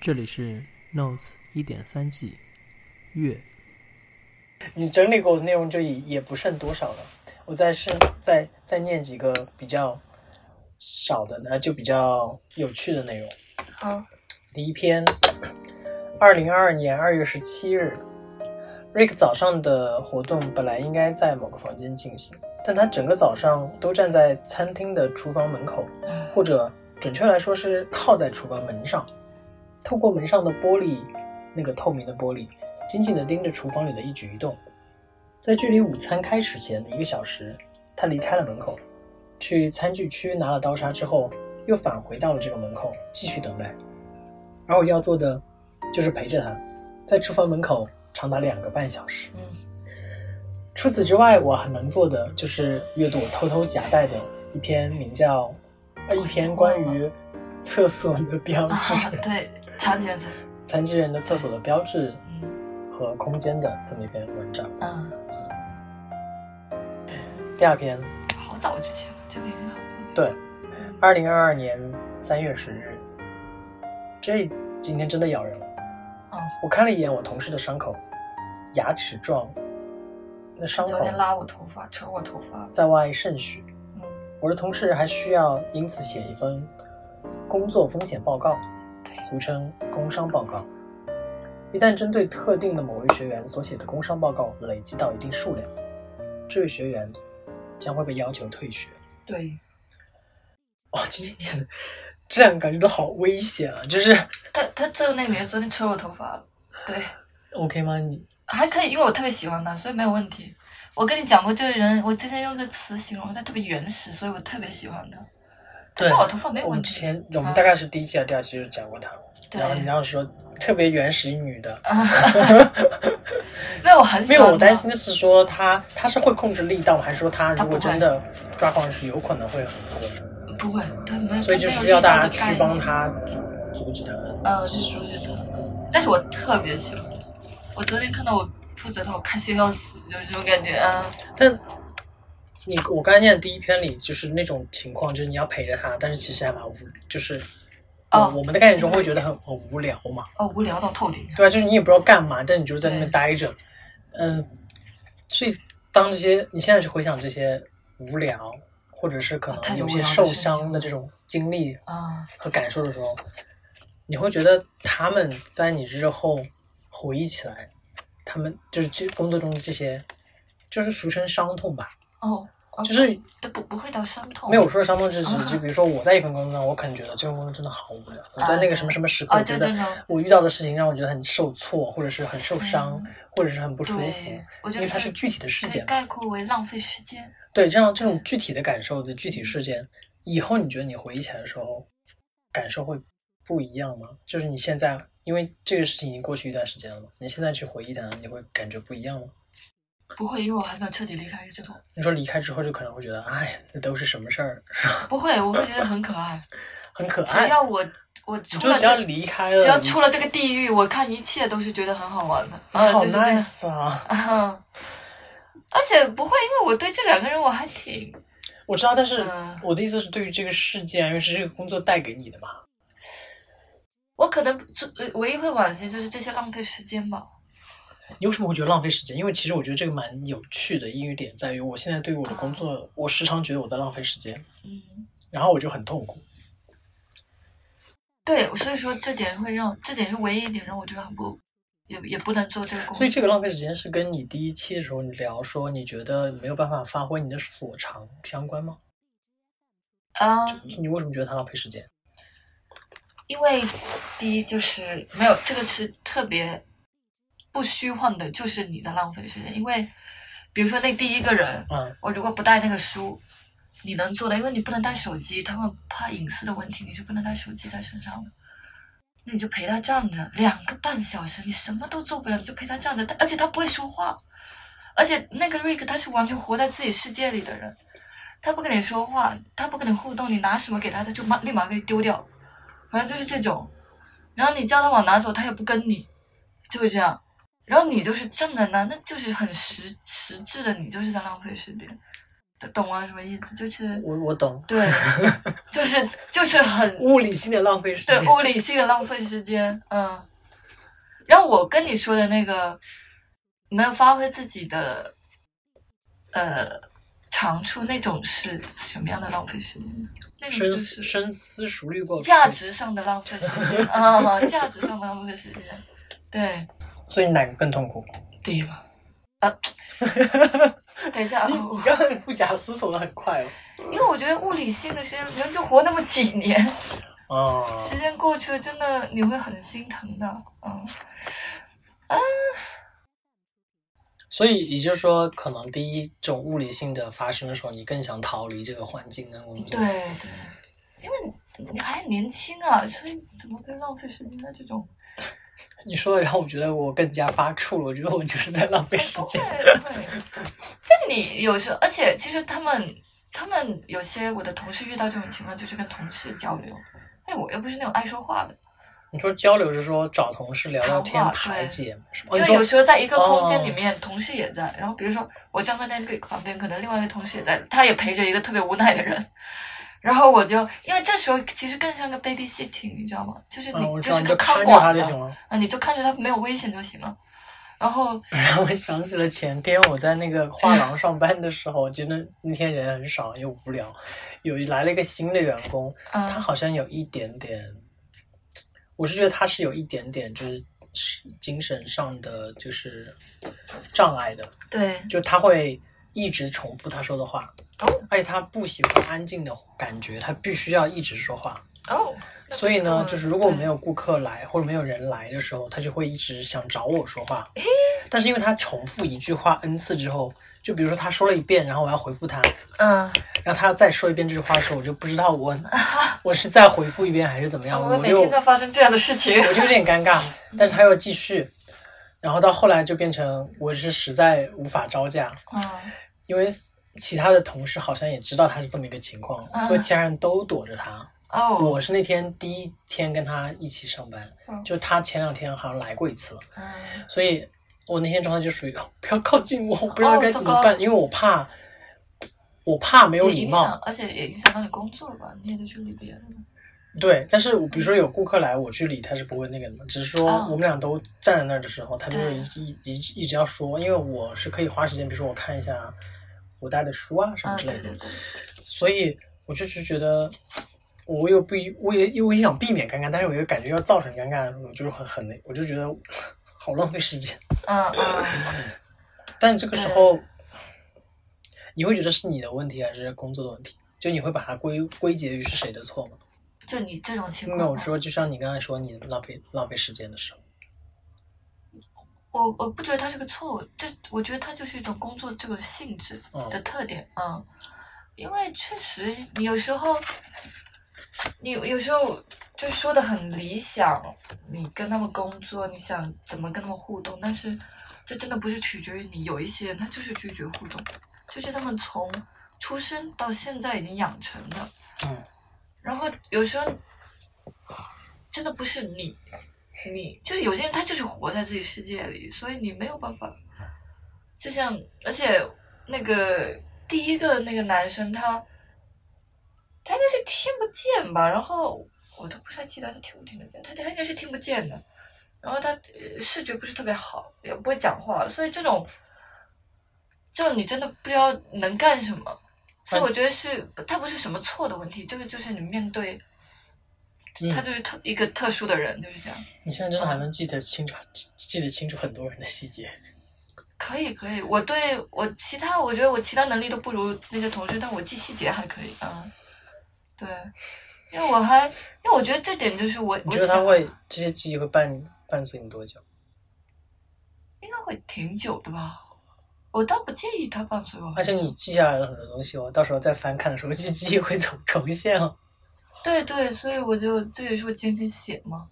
这里是 Notes 一点三 G 月。你整理过的内容就也也不剩多少了，我再是再再念几个比较少的呢，就比较有趣的内容。好，第一篇，二零二二年二月十七日，Rick 早上的活动本来应该在某个房间进行，但他整个早上都站在餐厅的厨房门口，或者准确来说是靠在厨房门上，透过门上的玻璃，那个透明的玻璃，紧紧地盯着厨房里的一举一动。在距离午餐开始前的一个小时，他离开了门口，去餐具区拿了刀叉之后，又返回到了这个门口，继续等待。而我要做的，就是陪着他，在厨房门口长达两个半小时。嗯除此之外，我还能做的就是阅读我偷偷夹带的一篇名叫呃一篇关于厕所的标啊志、 对，残疾人才是，残疾人的厕所的标志嗯和空间的这么一篇文章。嗯，第二篇，好早之前了，这个已经好早之前了。对，二零二二年三月十日，这今天真的咬人了。嗯，我看了一眼我同事的伤口，牙齿状，那伤昨口天拉我头发，扯我头发，在外渗血。嗯，我的同事还需要因此写一份工作风险报告，俗称工伤报告。一旦针对特定的某位学员所写的工伤报告累积到一定数量，这位学员将会被要求退学。对，哦，今天的这两个感觉都好危险啊！就是他他最后那个女的昨天扯我头发了，对， OK 吗？你还可以，因为我特别喜欢他，所以没有问题。我跟你讲过，这个人，我之前用个词形容他特别原始，所以我特别喜欢他。他对抓我头发没哎有我问们之题。前我们大概是第一期还是第二期就讲过他，对然后你当时说特别原始女的，没有，我很没喜有，我欢他担心的是说他他是会控制力道吗？还是说他如果他不会真的抓狂是有可能会很多，不会，他没有，所以就他没是有要力道大家的概去念帮。他阻阻止他。呃，是说觉得，嗯但是我特别喜欢他。我昨天看到我负责他，我开心到死，就是这种感觉。嗯，但你我刚才念的第一篇里就是那种情况，就是你要陪着他，但是其实还蛮无，就是哦我我们的概念中会觉得很很无聊嘛，哦，无聊到透顶。对啊，就是你也不知道干嘛，但你就在那边对待着，嗯、所以当这些你现在去回想这些无聊，或者是可啊太能有无些聊的受事情伤的这种经历啊、和感受的时候，你会觉得他们在你日后回忆起来，他们就是这工作中的这些，就是俗称伤痛吧，哦，哦就是都不不会到伤痛。没有说伤痛是指啊，就比如说我在一份工作上，我可能觉得这份工作真的好无聊，我在那个什么什么时刻，啊，我就觉这得种。我遇到的事情让我觉得很受挫，或者是很受伤，或者是很不舒服嗯对，我觉因得为它可以是具体的事可以件嘛。概括为浪费时间。对，这样这种具体的感受的具体事件，以后你觉得你回忆起来的时候，感受会不一样吗？就是你现在，因为这个事情已经过去一段时间了嘛，你现在去回忆它，你会感觉不一样吗？不会，因为我还没有彻底离开这种。你说离开之后就可能会觉得，哎，那都是什么事儿，不会，我会觉得很可爱。很可只爱。要我我你出就了只要这，离开了，只要出了你这个地狱，我看一切都是觉得很好玩的。啊，啊，好就是这样。 nice 啊！啊，而且不会，因为我对这两个人我还挺我知道，但是嗯我的意思是，对于这个事件，因为是这个工作带给你的嘛，我可能最呃唯一会惋惜就是这些浪费时间吧。你为什么会觉得浪费时间？因为其实我觉得这个蛮有趣的英语点在于，我现在对于我的工作，我时常觉得我在浪费时间，嗯，然后我就很痛苦。对，所以说这点会让这点是唯一一点让我觉得很不也也不能做这个工作。所以这个浪费时间是跟你第一期的时候你聊说你觉得没有办法发挥你的所长相关吗？嗯，你为什么觉得它浪费时间？因为第一就是没有这个是特别不虚幻的，就是你在浪费时间。因为比如说那第一个人，嗯，我如果不带那个书，你能做的，因为你不能带手机，他们怕隐私的问题，你是不能带手机在身上的。那你就陪他站着两个半小时，你什么都做不了，你就陪他站着。他而且他不会说话，而且那个瑞克他是完全活在自己世界里的人，他不跟你说话，他不跟你互动，你拿什么给他，他就马立马给你丢掉，反正就是这种。然后你叫他往哪走，他也不跟你，就是这样。然后你就是站在那，那就是很实实质的，你就是在浪费时间。懂吗？什么意思？就是我我懂，对，就是就是很物理性的浪费时对间，物理性的浪费时间，嗯。然后我跟你说的那个没有发挥自己的呃长处那种是什么样的浪费时间呢？那种深就思是深思熟虑过。价，值上的浪费时 间啊，价值上的浪费时间，对，所以哪个更痛苦？对吧？ 啊，等一下，你 我你刚才不假思索的很快哦。因为我觉得物理性的时间，人就活那么几年，哦，时间过去了，真的你会很心疼的，嗯。所以也就是说，可能第一这种物理性的发生的时候，你更想逃离这个环境跟工作。对，对，因为你还年轻啊，所以怎么可以浪费时间在这种？你说的让我觉得我更加发怵了，我觉得我就是在浪费时不会间。不会，但是你有时候，而且其实他们他们有些我的同事遇到这种情况，就是跟同事交流，但是我又不是那种爱说话的，你说交流是说找同事聊聊天谈话排对解吗是吗？哦因你为有说时候在一个空间哦里面，同事也在，然后比如说我站在那个旁边，可能另外一个同事也在，他也陪着一个特别无奈的人。然后我就，因为这时候其实更像个 babysitting，你知道吗？就是你、嗯，我知就道是你个就看看着他管就的，行了。 啊，你就看着它没有危险就行了。然后然后我想起了前天我在那个画廊上班的时候，真的那天人很少又无聊，有来了一个新的员工，嗯他好像有一点点，我是觉得他是有一点点就是是精神上的就是障碍的，对，就他会一直重复他说的话，哦而且他不喜欢安静的感觉，他必须要一直说话。哦，那所以不呢，错就是如果对没有顾客来或者没有人来的时候，他就会一直想找我说话。但是因为他重复一句话 n 次之后，就比如说他说了一遍，然后我要回复他，嗯，然后他要再说一遍这句话的时候，我就不知道 我我是再回复一遍还是怎么样，我们哎我每就天在嗯发生这样的事情，我就有点尴尬。 但是他又继续，然后到后来就变成我是实在无法招架，嗯，因为其他的同事好像也知道他是这么一个情况，啊所以其他人都躲着他。哦，我是那天第一天跟他一起上班，嗯就他前两天好像来过一次了，嗯，所以我那天状态就属于 哦不要靠近我，我不知道该怎么哦糟办，糕因为我怕，我怕没有也礼影响貌。，而且也影响到你工作吧，你也得去理别人了。对，但是我比如说有顾客来，我去理他是不会那个的嘛，只是说嗯哦我们俩都站在那儿的时候，他就会对一一一一直要说，因为我是可以花时间，比如说我看一下我带的书啊什么啊，之类对的，对对，所以我就是觉得，我又不，我也我也想避免尴尬，但是我又感觉要造成尴尬，我就是很很那，我就觉得好浪费时间。嗯嗯，但这个时候，你会觉得是你的问题还是工作的问题？就你会把它归归结于是谁的错吗？就你这种情况那我吧，说，就像你刚才说你浪费浪费时间的时候，我我不觉得它是个错误，这我觉得它就是一种工作这个性质的特点，嗯，因为确实你有时候，你有时候就说的很理想，你跟他们工作，你想怎么跟他们互动，但是这真的不是取决于你，有一些人他就是拒绝互动，就是他们从出生到现在已经养成的，嗯，然后有时候真的不是你，你就是有些人他就是活在自己世界里，所以你没有办法。就像，而且那个第一个那个男生他，他应该是听不见吧？然后我都不太记得他听不听得见，他他应该是听不见的。然后他呃视觉不是特别好，也不会讲话，所以这种，就你真的不知道能干什么。所以我觉得是，他不是什么错的问题，这个就是你面对，嗯他就是特一个特殊的人，就是这样。你现在真的还能记得清楚，记记得清楚很多人的细节。可以可以，我对我其他，我觉得我其他能力都不如那些同事，但我记细节还可以啊、嗯对，因为我还，因为我觉得这点就是我，你我觉得他想会这些记忆会伴伴随你多久？应该会挺久的吧？我倒不介意他伴随我很久。而且你记下来了很多东西哦，到时候再翻看的时候，这记忆会重重现哦。对对，所以我就这也是我经常写嘛，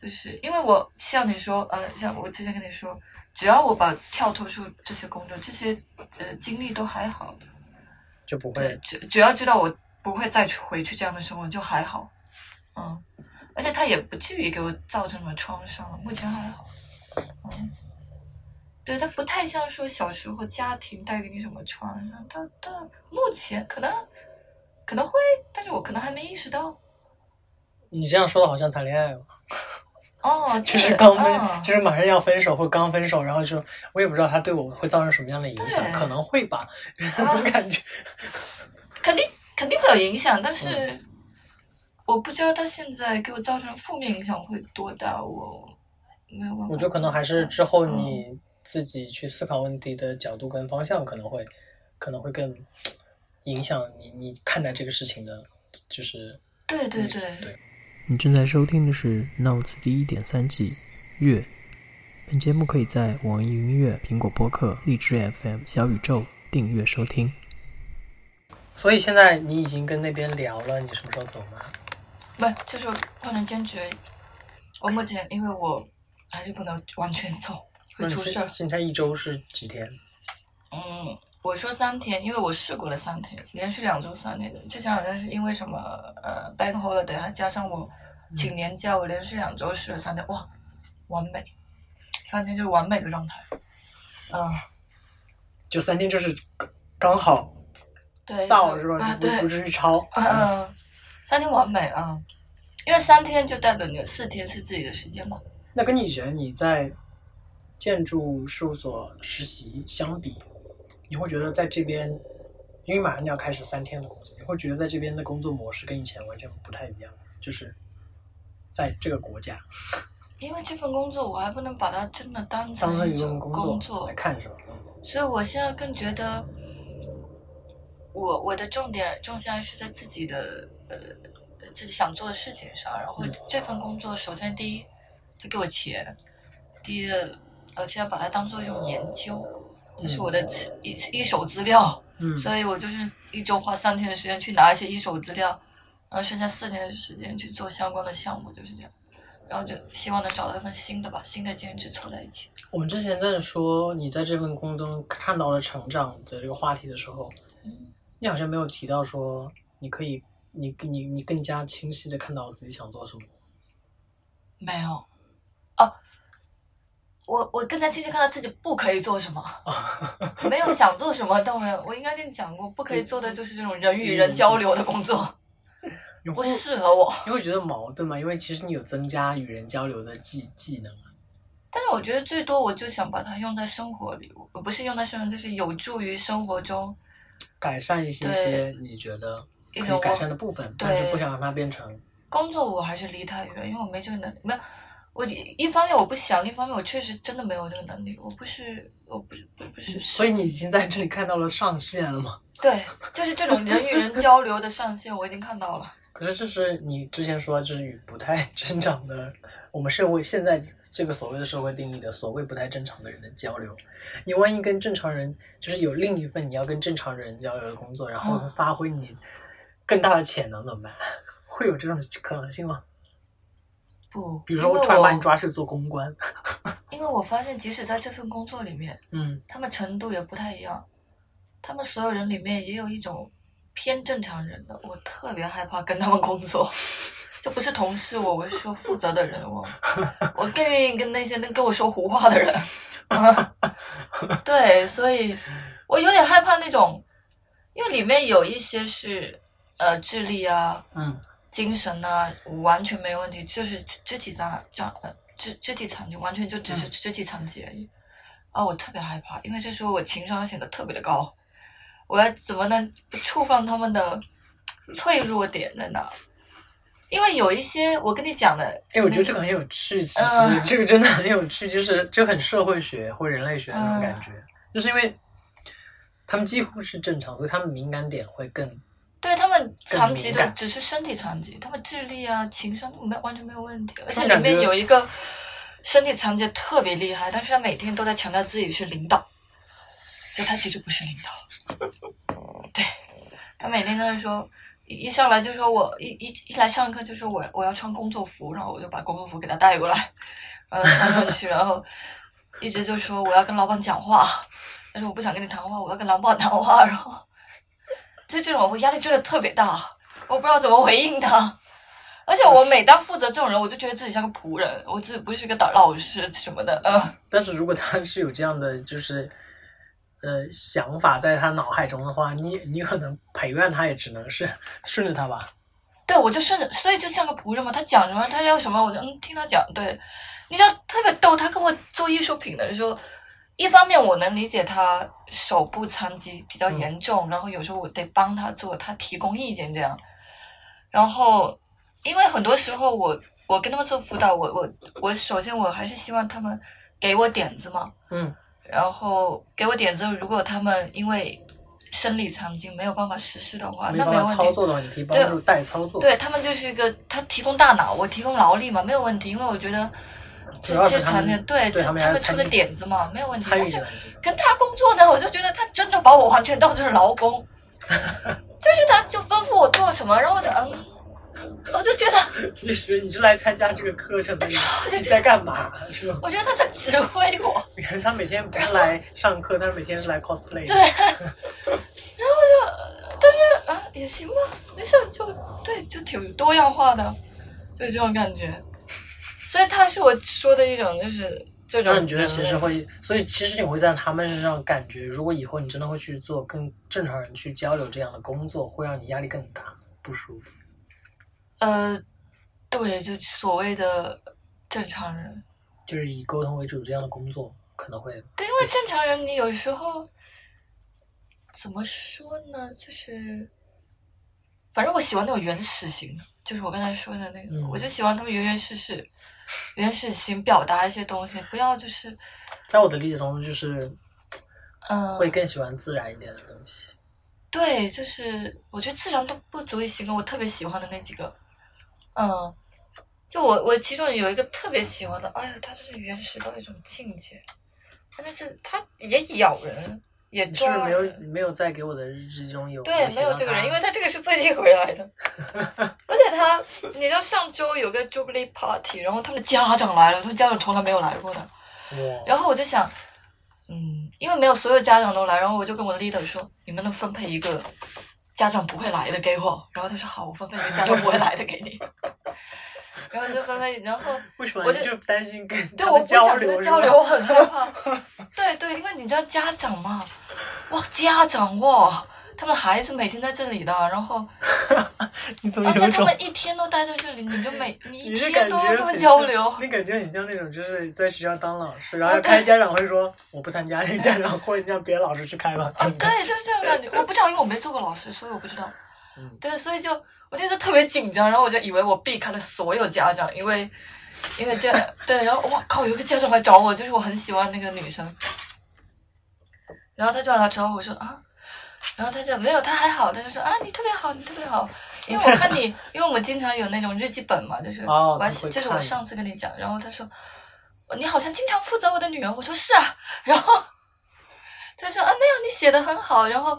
就是因为我像你说，呃，像我之前跟你说，只要我把跳脱出这些工作、这些呃经历都还好， 就不会对，只只要知道我不会再去回去这样的生活就还好，嗯，而且他也不至于给我造成什么创伤，目前还好，嗯，对，它不太像说小时候家庭带给你什么创伤，它它目前可能可能会，但是我可能还没意识到。你这样说的好像谈恋爱 哦，哦，就是对刚分，嗯就是马上要分手或刚分手，然后就我也不知道他对我会造成什么样的影响，对可能会 吧，我感觉肯定肯定会有影响，但是嗯我不知道他现在给我造成负面影响会多大，我没有办法。我觉得可能还是之后你自己去思考问题的角度跟方向，可能会可能会更影响你你看待这个事情的，就是对对对，嗯对。你正在收听的是《Notes》第一点三季《月》。本节目可以在网易云音乐、苹果播客、荔枝 FM、小宇宙订阅收听。所以现在你已经跟那边聊了，你什么时候走吗？不就是换成兼职而已。我目前因为我还是不能完全走，那你会出事现儿。现在一周是几天？嗯，我说三天，因为我试过了三天，连续两周三天的。之前好像是因为什么呃 bank holiday，还加上我请年假，我连续两周试了三天，哇，完美，三天就是完美的状态。嗯、就三天，就是刚好对，到是吧？啊，不对，不至于超。嗯、嗯三天完美啊、嗯因为三天就代表你有四天是自己的时间嘛。那跟你以前你在建筑事务所实习相比，你会觉得在这边，因为马上要开始三天的工作，你会觉得在这边的工作模式跟以前完全不太一样，就是在这个国家因为这份工作我还不能把它真的当当成成一份种工工作作来，看，是吧？嗯所以我现在更觉得我，我的重点重心还是在自己的呃自己想做的事情上。然后嗯这份工作，首先第一，他给我钱；第二，而且要把它当做一种研究，这是我的一一手资料。嗯 所以我就是一周花三天的时间去拿一些一手资料，然后剩下四天的时间去做相关的项目，就是这样。然后就希望能找到一份新的吧，新的兼职凑在一起。我们之前在说你在这份工作中看到了成长的这个话题的时候，嗯你好像没有提到说你可以，你你你更加清晰的看到自己想做什么。没有，哦，我我更加清晰看到自己不可以做什么，没有想做什么倒没有。我应该跟你讲过，不可以做的就是这种人与人交流的工作，你不会适合我。你会觉得矛盾吗？因为其实你有增加与人交流的技技能。但是我觉得最多我就想把它用在生活里，我不是用在生活，就是有助于生活中改善一些些你觉得一可种以改我善的部分，对但是不想让它变成工作我还是离太远，因为我没这个能力。没有，我一方面我不想，另一方面我确实真的没有这个能力。我不是，我不是，不不是。所以你已经在这里看到了上限了嘛？对，就是这种人与人交流的上限，我已经看到了。可是这是你之前说，就是与不太 正常的我们社会现在这个所谓的社会定义的所谓不太正常的人的交流。你万一跟正常人就是有另一份你要跟正常人交流的工作，然后嗯发挥你更大的潜能怎么办？ 会有这种可能性吗？不，比如因说为突然把我你抓去做公关，因为我发现，即使在这份工作里面，嗯，他们程度也不太一样。他们所有人里面也有一种偏正常人的，我特别害怕跟他们工作。 就不是同事我，我是说负责的人我，我更愿意跟那些能跟我说胡话的人。 啊，对，所以我有点害怕那种，因为里面有一些是呃智力啊，嗯，精神呢、完全没问题，就是肢肢体障障呃肢肢体残疾，完全就只嗯是肢体残疾而已。啊，我特别害怕，因为这时候我情商显得特别的高，我要怎么能不触犯他们的脆弱点在哪？因为有一些我跟你讲的，哎，我觉得这个很有趣，其实、嗯这个真的很有趣，就是就很社会学或人类学那种嗯感觉，就是因为他们几乎是正常，所以他们敏感点会更对他们残疾更敏的感只是身体残疾，他们智力啊、情商没有完全没有问题，而他们且里感觉面有一个身体残疾特别厉害，但是他每天都在强调自己是领导，就他其实不是领导。对，他每天都在说，一一上来就说我一一一来上课就说我我要穿工作服，然后我就把工作服给他带过来，然后穿上去，然后一直就说我要跟老板讲话，但是我不想跟你谈话，我要跟老板谈话， 然后。就这种我压力真的特别大，我不知道怎么回应他。而且我每当负责这种人，我就觉得自己像个仆人，我自己不是一个导老师什么的。嗯、但是如果他是有这样的就是呃想法在他脑海中的话，你你可能陪伴他也只能是顺着他吧。对，我就顺着，所以就像个仆人嘛。他讲什么，他要什么，我就嗯听他讲。对，你知道特别逗，他跟我做艺术品的时候，一方面我能理解他手部残疾比较严重，然后有时候我得帮他做，他提供意见这样。然后，因为很多时候我我跟他们做辅导，我我我首先我还是希望他们给我点子嘛，嗯然后给我点子，如果他们因为生理残疾没有办法实施的话，没啊那办没法问操题。作的话，你可以帮对助代操作。对他们就是一个，他提供大脑，我提供劳力嘛，没有问题，因为我觉得主这要是些他们残障对对这他们还是他们出参的与点子嘛，没有问题。参但与是了，跟他工作呢，我就觉得他真的把我完全当成劳工， 就是他就吩咐我做什么，然后我就嗯，我就觉得你是你是来参加这个课程的，你哎就你在干嘛？是吧？我觉得他在指挥我，你看他每天不是来上课，他每天是来 cosplay 对，然后就呃但是啊也行吧，没事儿就对，就挺多样化的，就这种感觉。所以他是我说的一种，就是这种让人。你觉得其实会，所以其实你会在他们身上感觉，如果以后你真的会去做跟正常人去交流这样的工作，会让你压力更大，不舒服。呃，对，就所谓的正常人，就是以沟通为主这样的工作可能会对，因为正常人你有时候怎么说呢，就是反正我喜欢那种原始型的，就是我刚才说的那个，嗯我就喜欢他们原原始始、原始型表达一些东西，不要就是在我的理解中，就是嗯、会更喜欢自然一点的东西。对，就是我觉得自然都不足以形容我特别喜欢的那几个，嗯，就我我其中有一个特别喜欢的，哎呀，它就是原始到一种境界，它就是它也咬人，也你是不是抓没有人，没有在给我的日志中有对，没有这个人，因为他这个是最近回 来的，而且他，你知道上周有个 Jubilee Party，然后他们的家长来了，他们家长从来没有来过的，为我然后我就想，嗯，因为没有所有家长都来，然后我就跟我的 leader 说，你们能分配一个家长不会来的给我？然后他说好，我分配一个家长不会来的给你。 然后就分配，然后为什么我你就就担心跟对他我们不想交跟流他交是流，吧我很害怕。对对，因为你知道家长嘛，哇，家长哇，他们孩子每天在这里的，然后你怎么而有且一他种们一天都待在这里，你就每你一你是天感都觉要跟他很们交像流。你感觉很像那种，就是在学校当老 师，然啊后对开家长会说我不参加，那个家长会让别的老师去开吧。啊，对，就是这种感觉。我不知道，因为我没做过老师，所以我不知道。嗯对，所以就我那时候特别紧张，然后我就以为我避开了所有家长，因为因为这对，然后哇靠，有一个家长来找我，就是我很喜欢那个女生，然后他就来找我我说啊，然后他就没有，他还好，他就说啊，你特别好，你特别好。因为我 看你，因为我们经常有那种日记本嘛，就是哦我还他会这是看我上次跟你讲，然后他说你好像经常负责我的女儿，我说是啊，然后他说啊，没有，你写的很好，然后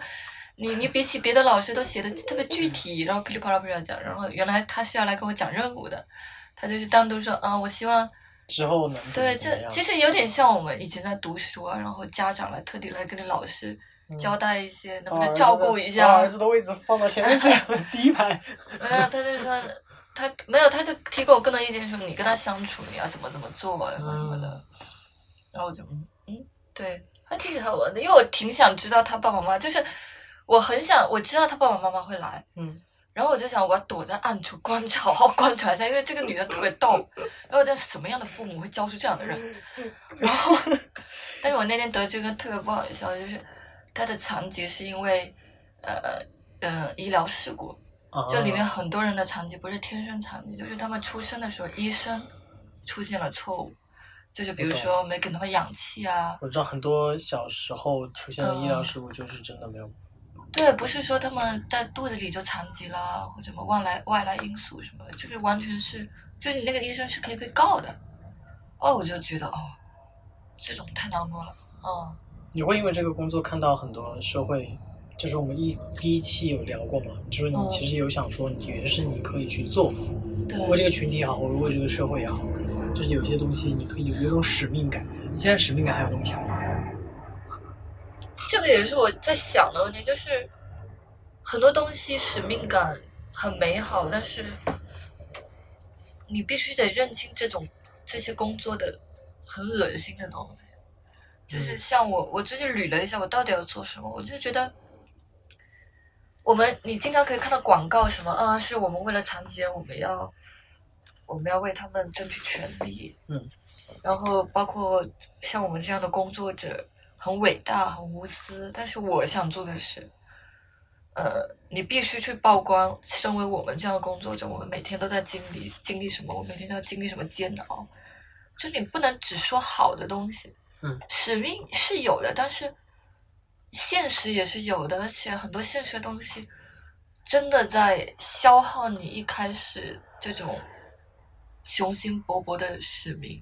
你你比起别的老师都写的特别具体，然后噼里啪啦噼里啪啦讲，然后原来他是要来跟我讲任务的，他就是单独说啊，我希望之后能怎么对怎么这样其实有点像我们以前在读书啊，然后家长来特地来跟你老师嗯交代一些，能不哦能照顾一把下？儿子的位置放到前面去， 第一排。没有，他就说他没有，他就提给我更多意见，说你跟他相处你要怎么怎么做啊什么什么嗯的。然后我就嗯嗯，对，还挺好玩的，因为我挺想知道他爸爸妈妈，就是我很想我知道他爸爸妈妈会来，嗯，然后我就想我要躲在暗处观察，好 好观察一下，因为这个女的特别逗。然后我在什么样的父母会教出这样的人？然后， 但是我那天得知一个特别不好的消息，就是他的残疾是因为呃呃医疗事故，就里面啊很多人的残疾不是天生残疾，就是他们出生的时候医生出现了错误，就是比如说没给他们氧气啊，我知道很多小时候出现的医疗事故，就是真的没有。对，不是说他们在肚子里就残疾啦，或者什么外来外来因素什么的，这个完全是就是你那个医生是可以被告的。哦，我就觉得哦，这种太难过了，嗯。你会因为这个工作看到很多社会，就是我们一第一期有聊过嘛，就是你嗯其实有想说，你觉得是你可以去做，为这对，个群体也好，或者为这个社会也好，就是有些东西你可以有一种使命感。你现在使命感还有那么强吗？这个也是我在想的问题，就是很多东西使命感很美好，但是你必须得认清这种这些工作的很恶心的东西。就是像我，我最近捋了一下，我到底要做什么，我就觉得。我们你经常可以看到广告什么啊，是我们为了残疾人，我们要我们要为他们争取权利，嗯，然后包括像我们这样的工作者很伟大、很无私，但是我想做的是，呃，你必须去曝光，身为我们这样的工作者，我们每天都在经历经历什么，我每天都要经历什么煎熬，就你不能只说好的东西，嗯，使命是有的，但是现实也是有的，而且很多现实的东西真的在消耗你一开始这种雄心勃勃的使命。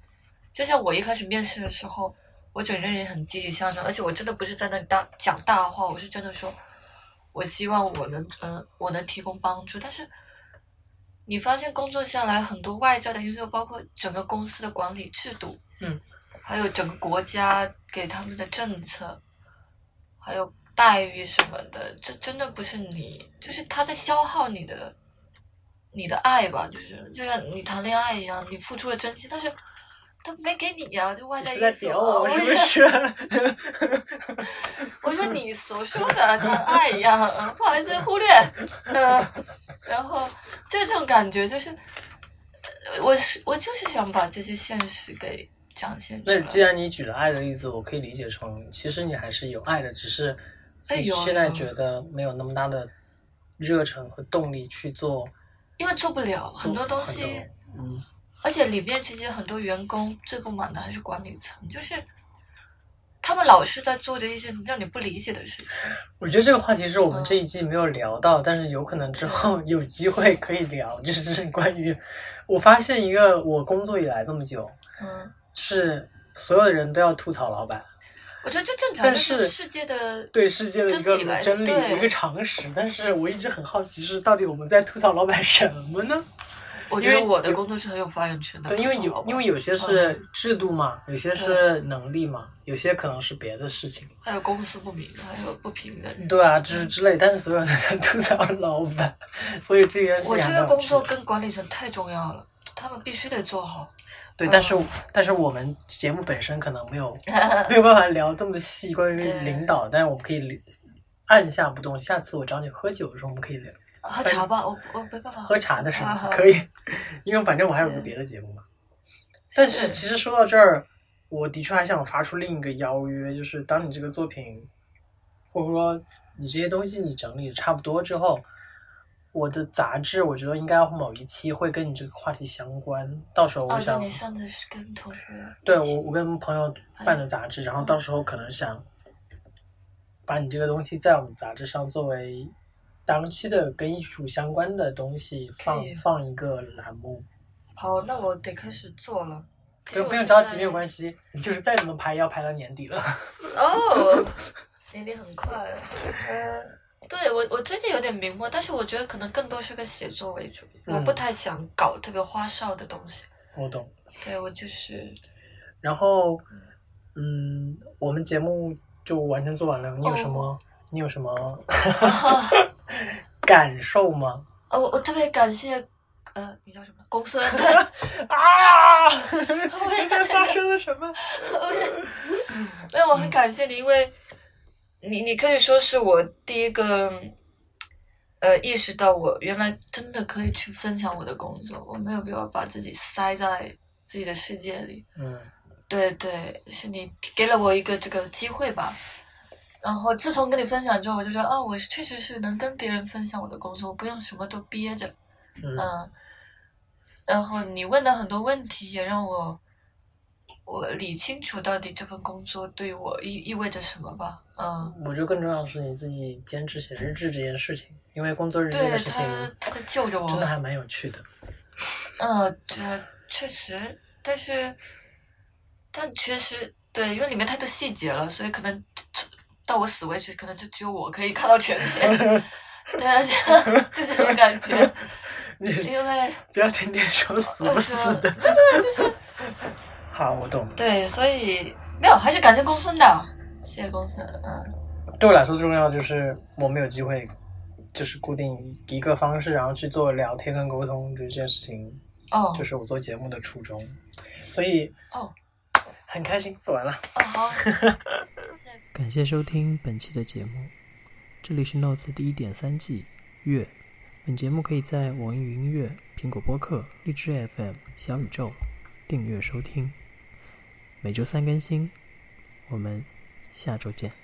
就像我一开始面试的时候，我整个人也很积极向上，而且我真的不是在那里大讲大话，我是真的说，我希望我能，嗯、我能提供帮助。但是你发现工作下来，很多外在的因素，包括整个公司的管理制度，嗯，还有整个国家给他们的政策，还有待遇什么的，这真的不是你，就是他在消耗你的，你的爱吧，就是就像你谈恋爱一样，你付出了真心，但是他没给你呀、就外你在是因在素点啊。我我是不觉得是？ 我说你所说的像爱一样，嗯不好意思忽略，嗯，然后就这种感觉就是，呃我是我就是想把这些现实给展现出 那来。既然你举了爱的例子，我可以理解成，其实你还是有爱的，只是哎你有啊现在有啊觉得没有那么大的热忱和动力去做因为做不了很多东很西多，嗯而且里面其实很多员工最不满的还是管理层，就是他们老是在做着一些让你不理解的事情。我觉得这个话题是我们嗯这一季没有聊到，但是有可能之后有机会可以聊，就是关于我发现一个我工作以来这么久，嗯，是所有人都要吐槽老板，我觉得这正常，但这是啊是世界的对世界的一个真理来真理对一个常识。但是我一直很好奇是到底我们在吐槽老板什么呢？我觉因为得我的工作是很有发言权的，对，因为不有错因为有些是制度嘛，有些是能力嘛，有些可能是别的事情。还有公私不明，还有不平等。对啊，就是之类，但是所有人都在吐槽老板，所以这件事情我这还蛮个有工趣作的跟管理层太重要了，他们必须得做好。对，嗯但是、但是我们节目本身可能没 有没有办法聊这么细关于对领导，但是我们可以理按下不动。下次我找你喝酒的时候，我们可以聊喝茶吧，我我没办法啊喝茶的时候可以。以， 因为反正我还有个别的节目嘛。但是其实说到这儿，我的确还想发出另一个邀约，就是当你这个作品，或者说你这些东西你整理得差不多之后，我的杂志我觉得应该某一期会跟你这个话题相关，到时候我哦，对，想、你上次是跟同学对一起我，我跟朋友办的杂志，然嗯后到时候可能想把你这个东西在我们杂志上作为当期的跟艺术相关的东西放可以放一个栏目，好，那我得开始做了。不用不用着急，没有关系，你就是再怎么排也要排到年底了。系。哦， 年龄很快。呃，对我我最近有点明白，但是我觉得可能更多是个写作为主，嗯我不太想搞特别花哨的东西。我懂。对我就是，然后，嗯，我们节目就完全做完了，你有什么、哦你有什么 感受吗？呃，我我特别感谢，呃，你叫什么？公孙。 啊！也今天 发生了什么？没有，我很感谢你，因为你你可以说是我第一个，呃，意识到我原来真的可以去分享我的工作，我没有必要把自己塞在自己的世界里。嗯对对，是你给了我一个这个机会吧。然后自从跟你分享之后，我就觉得，哦，我是确实是能跟别人分享我的工作，我不用什么都憋着。嗯嗯，然后你问的很多问题也让我我理清楚到底这份工作对我意意味着什么吧。嗯，我觉得更重要的是你自己坚持写日志这件事情，因为工作日这对个事情他他在救着我，真的还蛮有趣的。嗯，这确实，但是但确实对，因为里面太多细节了，所以可能到我死为止，可能就只有我可以看到全片。 对啊，就这种感觉，你因为 不要天天说死我不说死的。呃就是 好，我懂。对，所以没有，还是感谢公孙的，谢谢公孙，嗯，对我来说，重要就是我们有机会，就是固定一个方式，然后去做聊天跟沟通，我觉得这件事情哦就是我做节目的初衷。所以哦很开心，做完了。哦好，感谢收听本期的节目，这里是 Notes 第一点三季月。本节目可以在网易云音乐、苹果播客、荔枝 FM、小宇宙订阅收听，每周三更新。我们下周见。